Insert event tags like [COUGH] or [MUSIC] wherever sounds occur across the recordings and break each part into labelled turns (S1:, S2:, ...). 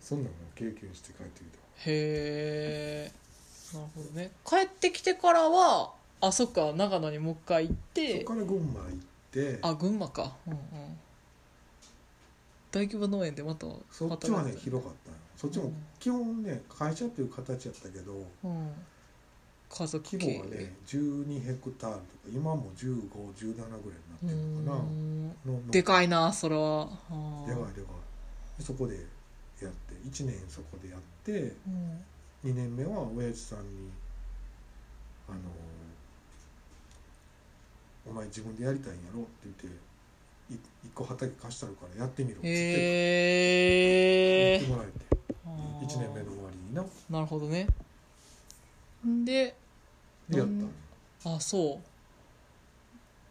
S1: そんなの経験して帰ってきた
S2: へえなるほどね帰ってきてからはあそっか長野にもう一回行っ
S1: そ
S2: て
S1: こから群馬行って
S2: あ群馬かうんうん大規模農園でまた
S1: そっちはね広かったのそっちも基本ね会社っていう形やったけど
S2: うん家族
S1: 規模がね12ヘクタールとか今も1517ぐらいになってるのかな
S2: うん
S1: のの
S2: でかいなそれは
S1: でかい
S2: あ
S1: でかいでそこでやって1年そこでやって
S2: ーうん
S1: 2年目は親父さんに「あのお前自分でやりたいんやろ」って言って「1個畑貸したるからやってみろ」って言って
S2: へ
S1: 言っ
S2: え
S1: てもらえて
S2: あ
S1: 1
S2: ー
S1: 年目の終わりになで
S2: なるほどねんで
S1: やった
S2: うんあそ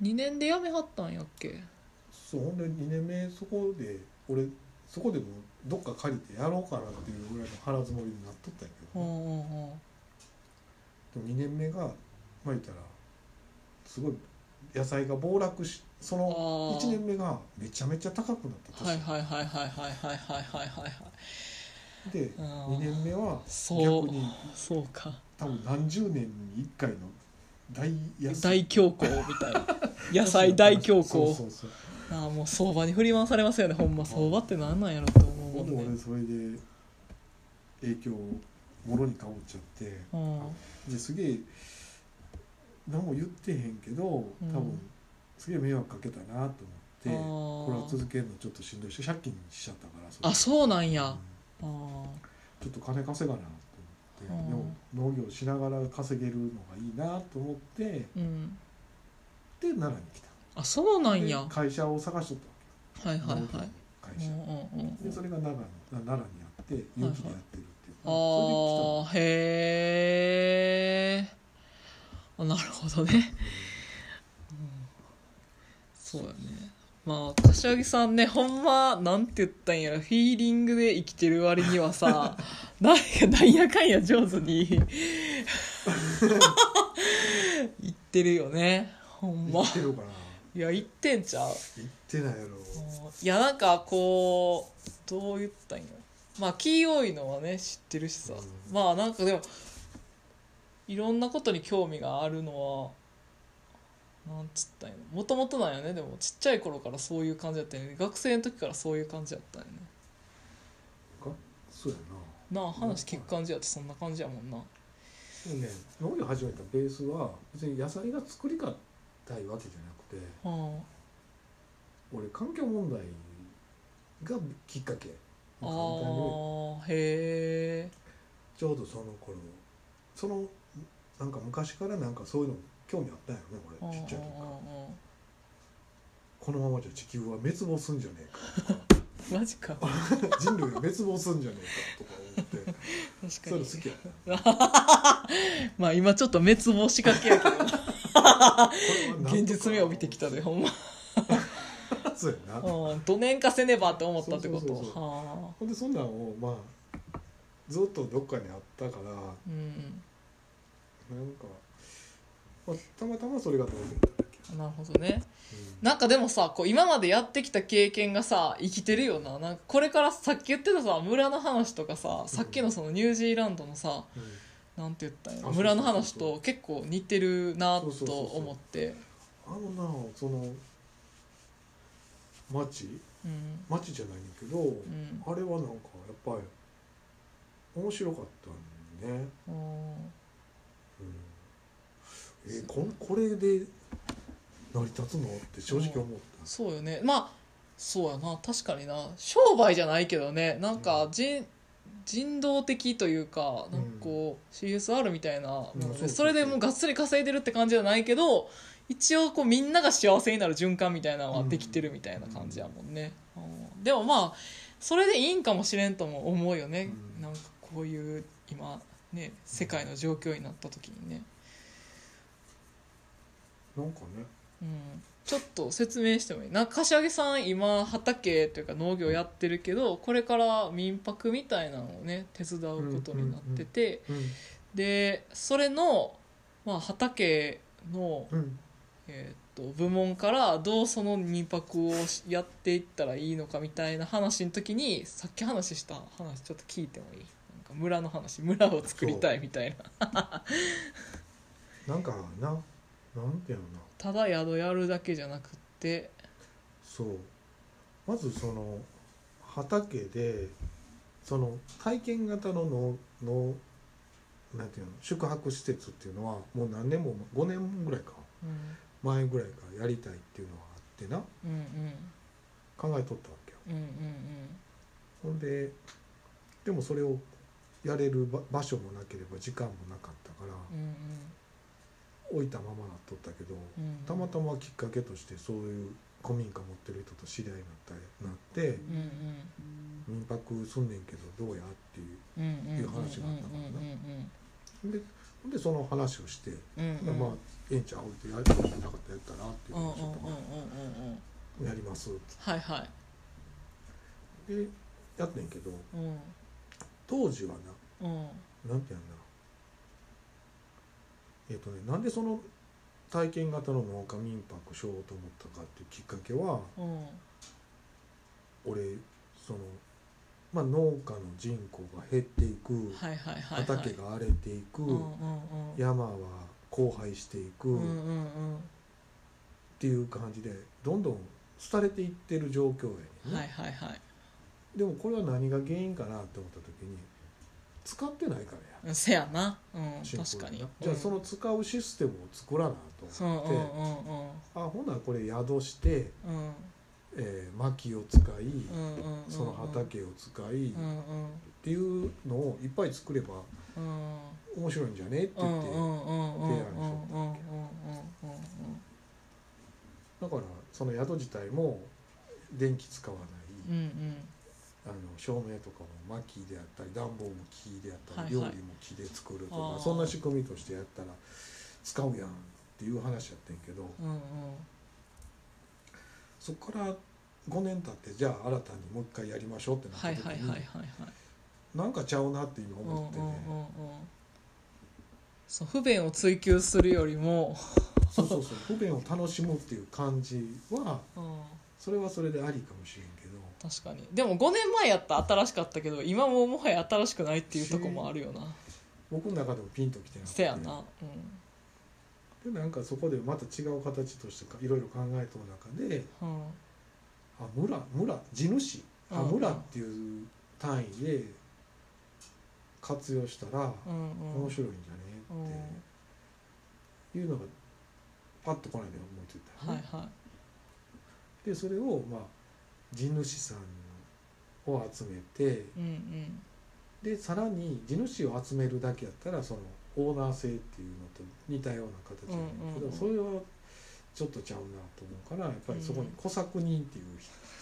S2: う2年で辞めはったんやっけ
S1: そうほんで2年目そこで俺そこでもどっか借りてやろうかなっていうぐらいの腹積もりになっとったんやけ
S2: う
S1: どね、
S2: んうんうん
S1: でも2年目がまあ言ったらすごい野菜が暴落しその
S2: あー
S1: 1年目がめちゃめちゃ高くなった
S2: はい
S1: 年、
S2: はいはいはいはいはいはいはいはい
S1: で
S2: うん
S1: 2年目は逆
S2: そう
S1: に
S2: そうか
S1: 多分何十年に1回の大安
S2: 大恐慌みたいな野菜大恐
S1: そうそ
S2: 慌
S1: うそう
S2: ああもう相場に振り回されますよねほんま相場ってなんなんやろって思
S1: ほ
S2: うんも
S1: で
S2: ん
S1: 俺
S2: ね
S1: それで影響をもろにかぶっちゃって
S2: うん
S1: ですげえ何も言ってへんけど多
S2: うん
S1: 分すげえ迷惑かけたなと思っ
S2: あ
S1: て、これは
S2: ー
S1: 続けるのちょっとしんどいし借金しちゃったからそれ
S2: あそうなんや
S1: う
S2: あ
S1: ん
S2: ー
S1: ちょっと金稼がなと思って、でも農業しながら稼げるのがいいなと思ってで
S2: うん
S1: 奈良に来た
S2: あそうなんや
S1: で
S2: は
S1: 会社を探しとっ
S2: いはい
S1: たわけ、
S2: はい
S1: 農業の会
S2: うん
S1: 社、
S2: うんうん
S1: でそれが奈良に奈良にあって有機でやってるっていう、
S2: ああへえなるほどね、うんそうだねまあ柏木さんねほんまなんて言ったんやらフィーリングで生きてる割には [LAUGHS] さなんかなんやかんや上手 [LAUGHS] に言ってるよねほん
S1: そ
S2: ま
S1: れで来たの行ってるかない
S2: や言ってんちゃう
S1: 行ってないやろ
S2: いやなんかこうどう言ったんやまあ黄色いのはね知ってるしさ、
S1: うん
S2: まあなんかでもいろんなことに興味があるのはなんつったんやもともとなんやねでもちっちゃい頃からそういう感じだったんやね学生の時からそういう感じだったんやね
S1: かそうやな
S2: なあ話聞く感じやとそんな感じやもんな
S1: でもね農業始めたベースは別に野菜が作りたいわけじゃなくて
S2: うん
S1: 俺環境問題がきっかけ
S2: あ
S1: 簡単に
S2: ーへえ
S1: ちょうどその頃そのなんか昔からなんかそういうの興味あったんやろね
S2: うんう
S1: 俺ち
S2: んうん
S1: っちゃい時からこのままじゃ地球は滅亡すんじゃね
S2: うんマジか確
S1: え
S2: [LAUGHS]
S1: か人類が滅亡すんじゃねえかとか思って
S2: か
S1: そういう
S2: に
S1: の好きやったこ
S2: まあ今ちょっと滅亡しかけやけ
S1: [LAUGHS]
S2: ど
S1: れはなんとか
S2: [LAUGHS] 現実味を帯びてきたでほんま、
S1: そうやな
S2: うん、どねんかせねばって思ったってこ
S1: そ
S2: と
S1: うそうそうそ
S2: はあ
S1: ほんでそんなんをまあずっとどっかにあったから
S2: うん
S1: なんか、まあ、たまたまそれが当然だっただけ、
S2: なるほどね
S1: うん
S2: なんかでもさこう今までやってきた経験がさ生きてるよななんかこれからさっき言ってたさ村の話とかささっきのそのニュージーランドのさ
S1: うん
S2: なんて言ったんや
S1: あ
S2: ろ
S1: そう
S2: 村の話
S1: そうそう
S2: と結構似てるな
S1: そうそう
S2: と
S1: そうそう
S2: 思って
S1: あのなその町
S2: うん
S1: 町じゃないんだけど、
S2: うん
S1: あれはなんかやっぱり面白かったね、
S2: うん
S1: うんえーこんこれで成り立つのって正直思った
S2: そうよねまあそうやな確かにな商売じゃないけどねなんか人、人道的というかなんかこう CSR みたいなの
S1: うんそうそ
S2: で、
S1: うそう
S2: それでもうがっつり稼いでるって感じじゃないけど一応こうみんなが幸せになる循環みたいなのはできてるみたいな感じやもんね、うんでもまあそれでいいんかもしれんとも思うよね、
S1: うん
S2: なんかこういう今ね世界の状況になった時にね、
S1: なんかね
S2: うんちょっと説明してもいいなんか柏木さん今畑というか農業やってるけどこれから民泊みたいなのをね手伝うことになってて、
S1: う
S2: でそれの、まあ、畑の、
S1: んうん
S2: えーっと部門からどうその2泊をしやっていったらいいのかみたいな話の時にさっき話した話ちょっと聞いてもいいなんか村の話村を作りたいみたいな
S1: なんかななんていうのかな
S2: ただ宿やるだけじゃなくって
S1: そうまずその畑でその体験型のののなんていうの宿泊施設っていうのはもう何年も5年ぐらいか
S2: うん
S1: 前ぐらいからやりたいっていうのがあってな
S2: うん
S1: 考えとったわけよ
S2: うんうんうん
S1: ほんででもそれをやれる場場所もなければ時間もなかったから
S2: うんうん
S1: 置いたままなっとったけど
S2: うんうん
S1: たまたまきっかけとしてそういう古民家持ってる人と知り合いになったなって
S2: うんうん
S1: 民泊すんねんけどどうやっていう
S2: うんうんうん
S1: いう話があったからな
S2: うんうん
S1: ででその話をして、
S2: うんうんうん
S1: まあええんちゃうってやりたくなかったらやったらっていう
S2: うんうん
S1: 話
S2: うん
S1: を
S2: うんうんうん
S1: やりますっ
S2: はいはい
S1: てでやってんけど
S2: うん
S1: 当時は
S2: うん
S1: ななんてやんなえっ、とねなんでその体験型の農家民泊しようと思ったかっていうきっかけは
S2: うん
S1: 俺その、まあ、農家の人口が減っていく
S2: はいはいはいはい
S1: 畑が荒れていく、
S2: うんうんうん
S1: 山は荒廃していく、
S2: うんうん
S1: っていう感じでどんどん廃れていってる状況や
S2: う
S1: ね
S2: ん
S1: んね、
S2: はいはいはい
S1: でもこれは何が原因かなって思った時に使ってないからや
S2: うんせやなうん
S1: シンプル
S2: 確かに
S1: じゃあそ
S2: の
S1: の使うシステムを作らなと
S2: うん
S1: 思
S2: う
S1: っ
S2: ん
S1: て、あほんならこれ宿して、
S2: うんうん
S1: えー薪を使い、
S2: うんうんうんうん
S1: その畑を使い、
S2: う
S1: っ
S2: んうん
S1: ていうのをいっぱい作れば
S2: うん
S1: 面白いんじゃねって
S2: う
S1: 言っ
S2: ん
S1: て、
S2: うんうんうんうんうんうんうんうん
S1: だからその宿自体も電気使わない、
S2: うんうん
S1: あの照明とかも薪であったり暖房も木であったり、
S2: はいはい
S1: 料理も木で作ると
S2: あ
S1: か
S2: ー
S1: そんな仕組みとしてやったら使うやんっていう話やってんけど
S2: うんうん
S1: そこから5年経ってじゃあ新たにもう一回やりましょうってなった
S2: はい
S1: 時
S2: はいはい
S1: に、
S2: はいはい
S1: なんかちゃうなって今
S2: うんうんうん
S1: 思ってね、
S2: うんそう不便を追求するよりも
S1: そうそうそう不便を楽しむっていう感じは
S2: うん
S1: それはそれでありかもしれんけど
S2: 確かにでも5年前やったら新しかったけど今ももはや新しくないっていうとこもあるよな
S1: 僕の中でもピンときてなく
S2: せ
S1: て
S2: やなう
S1: でなんかそこでまた違う形としてかいろいろ考えとる中で
S2: んうん
S1: あ村村地主あ
S2: うん
S1: 村っていう単位で活用したら
S2: うんうん
S1: 面白いんじゃねっていうのがパッとこないで思いついた
S2: は
S1: よ
S2: い
S1: ね、
S2: は
S1: でそれをまあ地主さんを集めて
S2: いうんうん
S1: でさらに地主を集めるだけやったらそのオーナー制っていうのと似たような形なんだけど、
S2: うんうんうん
S1: それはちょっとちゃうなと思うからやっぱりそこに小作人っていう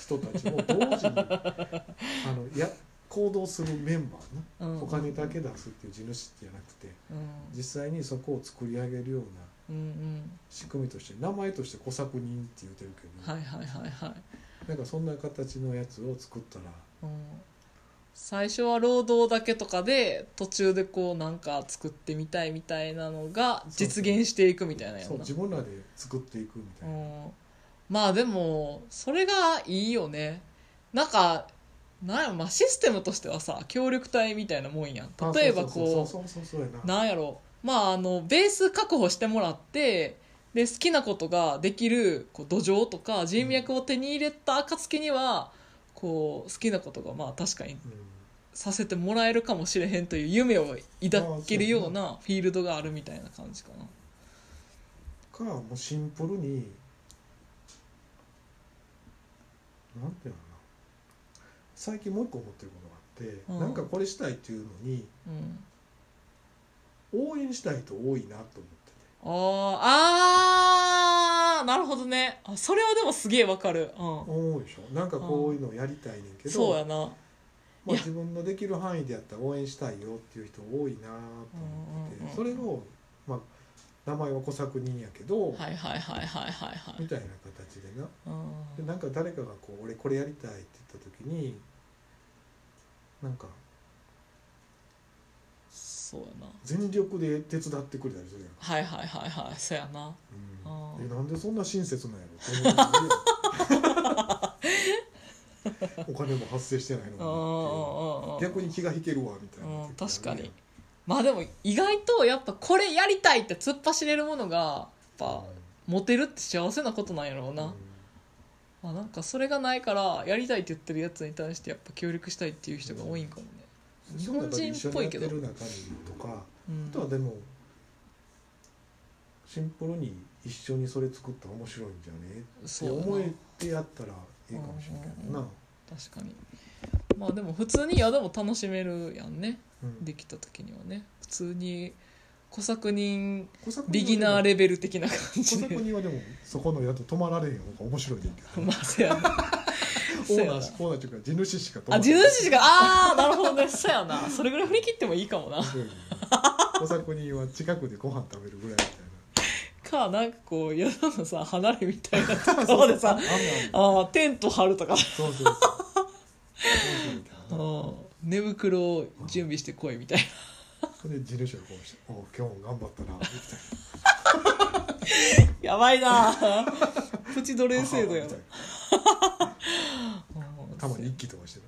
S1: 人たちも同時にあのや行動するメンバーな
S2: うんうん
S1: お金だけ出すっていう地主じゃなくて
S2: うん
S1: 実際にそこを作り上げるような
S2: うんうん
S1: 仕組みとして名前として小作人って言うてるけど、
S2: はいはいはいはい
S1: なんかそんな形のやつを作ったら
S2: うん最初は労働だけとかで途中でこうなんか作ってみたいみたいなのが実現していくみたいなや
S1: そう
S2: な
S1: 自分らで作っていくみた
S2: う
S1: いな。
S2: んまあでもそれがいいよねなんかなんやろまあシステムとしてはさ協力隊みたいなもんやん
S1: あ
S2: 例えば
S1: そうそうそ
S2: こ
S1: うそうそうそうや
S2: うなんやろまああのベース確保してもらってで好きなことができるこう土壌とか人脈を手に入れた暁にはこう好きなことがまあ確かに
S1: うん
S2: させてもらえるかもしれへんという夢を抱けるようなフィールドがあるみたいな感じかな。
S1: かもうシンプルになんていうのかな最近もう一個思ってることがあって、
S2: うん
S1: なんかこれしたいっていうのに
S2: うん
S1: 応援したい人多いなと思ってて
S2: おーあーなるほどねあそれはでもすげえわかる、う
S1: 思うでしょなんかこういうのやりたいねんけ
S2: ん、
S1: ど、
S2: そうやな、うん
S1: まあ、
S2: いや
S1: 自分のできる範囲でやったら応援したいよっていう人多いなと思ってて、
S2: うんうんうん
S1: それを、まあ、名前は小作人やけど、
S2: はいはいはいはいはいはい
S1: みたいな形でな
S2: う
S1: で
S2: ん
S1: なんか誰かがこう「俺これやりたい」って言った時になんか
S2: そうやな
S1: 全力で手伝ってくれたりするやん
S2: はいはいはいはいそうやなあ
S1: うん、
S2: ー
S1: えなんでそんな親切なんやろって思う
S2: [LAUGHS]
S1: けどお金も発生してない
S2: うん
S1: の
S2: うんうんうん
S1: に逆に気が引けるわみたいな、
S2: うん確かにまあでも意外とやっぱこれやりたいって突っ走れるものがやっぱモテるって幸せなことなんやろうな、
S1: うん
S2: まあ、なんかそれがないからやりたいって言ってるやつに対してやっぱ協力したいっていう人が多いんかもね、日本人っぽいけど
S1: 一緒にやってる中にとか
S2: うん
S1: あとはでもシンプルに一緒にそれ作ったら面白いんじゃねっ
S2: そう
S1: て
S2: やな
S1: 思えてやったらいいかもしれんけどな、
S2: 確かにまあでも普通に宿も楽しめるやんね
S1: うん
S2: できた時にはね普通に小作人
S1: 小作
S2: ビギ
S1: には
S2: ナー
S1: でも
S2: レベル的な感
S1: 小
S2: じ
S1: 作
S2: で
S1: にはでもそこの宿泊まられへん方が面白いねんけど
S2: [LAUGHS] まあせ
S1: [LAUGHS]
S2: やな
S1: オ
S2: せ
S1: ー
S2: や
S1: ナ
S2: な
S1: ーオーナーっていうか地主しか泊ま
S2: あ
S1: ら
S2: 地主がああなるほどねそやなそれぐらい振り切ってもいいかもな
S1: うん小作人は近くでご飯食べるぐらい
S2: かなんかこう宿のさ離れみ
S1: [LAUGHS]
S2: たいなと
S1: みたいな。
S2: ころでさ
S1: あんなん
S2: あーテント張るとか
S1: そうそうそう。
S2: あー寝袋を準備してこいみたいな
S1: それで地主がこうして、おう今日も頑張ったなみたいな。
S2: やば
S1: [LAUGHS]
S2: いなプチ奴隷制度や
S1: みた
S2: な
S1: いなたまに一気とかして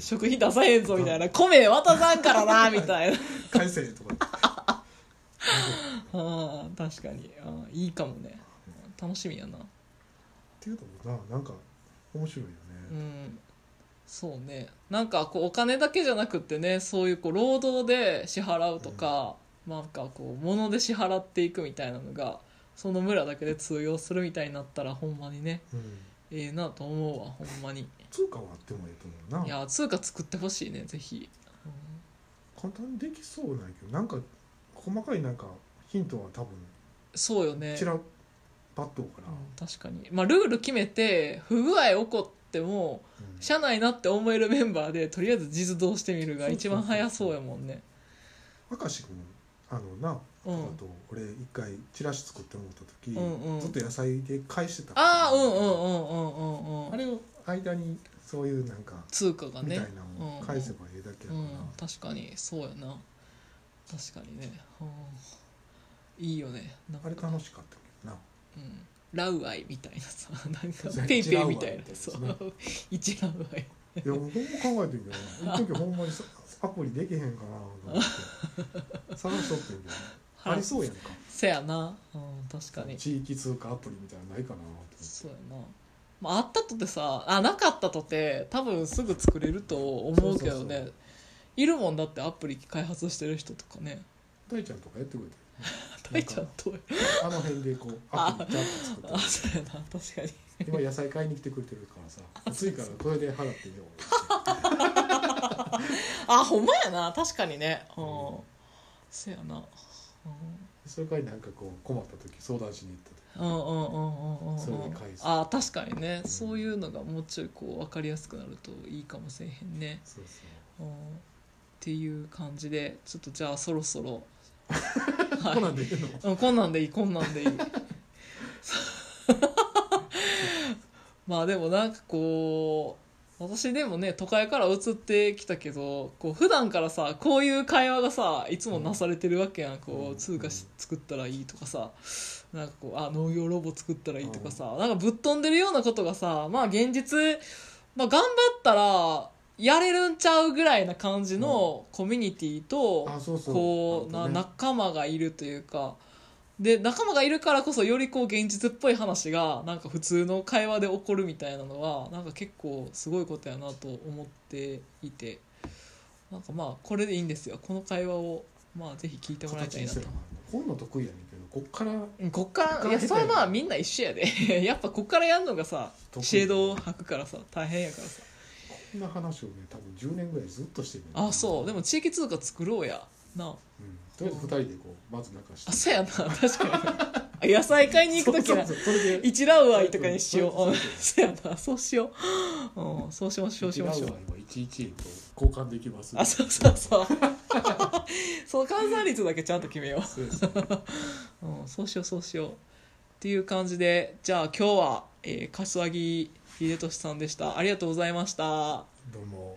S2: 食費出さへんぞみたいな米渡さんからなみたいな
S1: た。返せとか。っ
S2: あー確かにあーいいかもね楽しみやな
S1: ていうともななんか面白いよ
S2: う
S1: ね。
S2: んそうねなんかこうお金だけじゃなくってねそういうこう労働で支払うとか、なんかこう物で支払っていくみたいなのがその村だけで通用するみたいになったらほんまにね
S1: うん。
S2: ええなと思うわほんまに
S1: 通貨はあってもいいと思う
S2: い
S1: な。
S2: や通貨作ってほしいねぜひ、うん
S1: 簡単にできそうなんやけど、なんか細かいなんかヒントは多分
S2: そうよね
S1: ちらっパッとかな。
S2: うん確かに、まあ、ルール決めて不具合起こっても
S1: うん
S2: 社内なって思えるメンバーでとりあえず実動してみるが一番早そうやもんね
S1: 明石君あのな、
S2: うん
S1: あと俺一回チラシ作ってもらった時、
S2: うんうん
S1: ずっと野菜で返してた
S2: ああうんうん
S1: ん
S2: うんうんうん
S1: あれを間にそういうなんか、
S2: 通貨が
S1: みたい
S2: ね
S1: なのを返せばええだけや
S2: う
S1: から、
S2: ん確かにそうやな確かにね、うんいいよねなん
S1: あ
S2: か
S1: れ楽しかったけどな
S2: うん、ラウアイみたいなさ [LAUGHS] なん
S1: そう
S2: かペイペイみたいな
S1: 一
S2: そ
S1: ラウアイみたいなやつね
S2: う一ラウアイ
S1: いやほんま考えてんけどな一時ほんまにさアプリできへんかなと思って探しとってんけどありそうやんか
S2: せやな、うん、確かに
S1: 地域通貨アプリみたいなのないかなと思って
S2: そうやな、まあ、あったとてさあなかったとて多分すぐ作れると思うけ
S1: そ
S2: どね
S1: うそうそう
S2: いるもんだってアプリ開発してる人とかね
S1: 大ちゃんとかやってくれて
S2: [LAUGHS] 大ちゃんと
S1: るあの辺でこうアプリちゃんと作って
S2: あそうやな確かに
S1: 今野菜買いに来てくれてるからさ暑いからこれで払っていいよ
S2: あほんまやな確かにねうん
S1: うん
S2: せやな、うん、
S1: それからなんかこう困った時相談しに行った時
S2: うんうんうんうんうん
S1: それに返す
S2: あ確かにねそういうのがもうちょいこう分かりやすくなるといいかもしれへんね
S1: そうそ
S2: うんっていう感じでちょっとじゃあそろそろ
S1: うこんなんでいいの
S2: うん、こんなんでいいこんなんでいい [LAUGHS] まあでもなんかこう私でもね都会から移ってきたけどこう普段からさこういう会話がさいつもなされてるわけやん、こ
S1: うん
S2: う通貨し作ったらいいとかさなんかこうあ農業ロボ作ったらいいとかさ、なんかぶっ飛んでるようなことがさまあ現実、まあ、頑張ったらやれるんちゃうぐらいな感じのコミュニティと、
S1: あそうそう
S2: こう
S1: あ
S2: な
S1: とね
S2: 仲間がいるというかで仲間がいるからこそよりこう現実っぽい話がなんか普通の会話で起こるみたいなのはなんか結構すごいことやなと思っていてなんかまあこれでいいんですよこの会話をまあぜひ聞いてもらい
S1: 形
S2: たい
S1: に
S2: な
S1: す
S2: と
S1: る。こういうの得意やねんけどこっから
S2: うんこっ
S1: こっ
S2: か
S1: からら
S2: いやそれはまあみんな一緒やで [LAUGHS] やっぱこっからやるのがさ
S1: 得意
S2: シェードを吐くからさ大変やからさ
S1: こんな話をね多分10年ぐらいずっとしてるねん
S2: あそうでも、地域通貨作ろうやなあ
S1: うん、とりあえず2人でこうまず仲して
S2: あそうやな確か [LAUGHS] にあ野菜買いに行く時な
S1: そうそうそうそれで
S2: 一ラウアイとかにしよう。、
S1: そううん
S2: そうやな、そうしよう。うん、そうしましょう、しましょう。
S1: 11円と交換できます
S2: あ、そうそうそう。 [LAUGHS] その換算率だけちゃんと決めよ
S1: そうですね
S2: う。うん、そうしよう、そうしよう。っていう感じで、じゃあ今日は、えー、柏木秀俊さんでした。ありがとうございました。
S1: どうも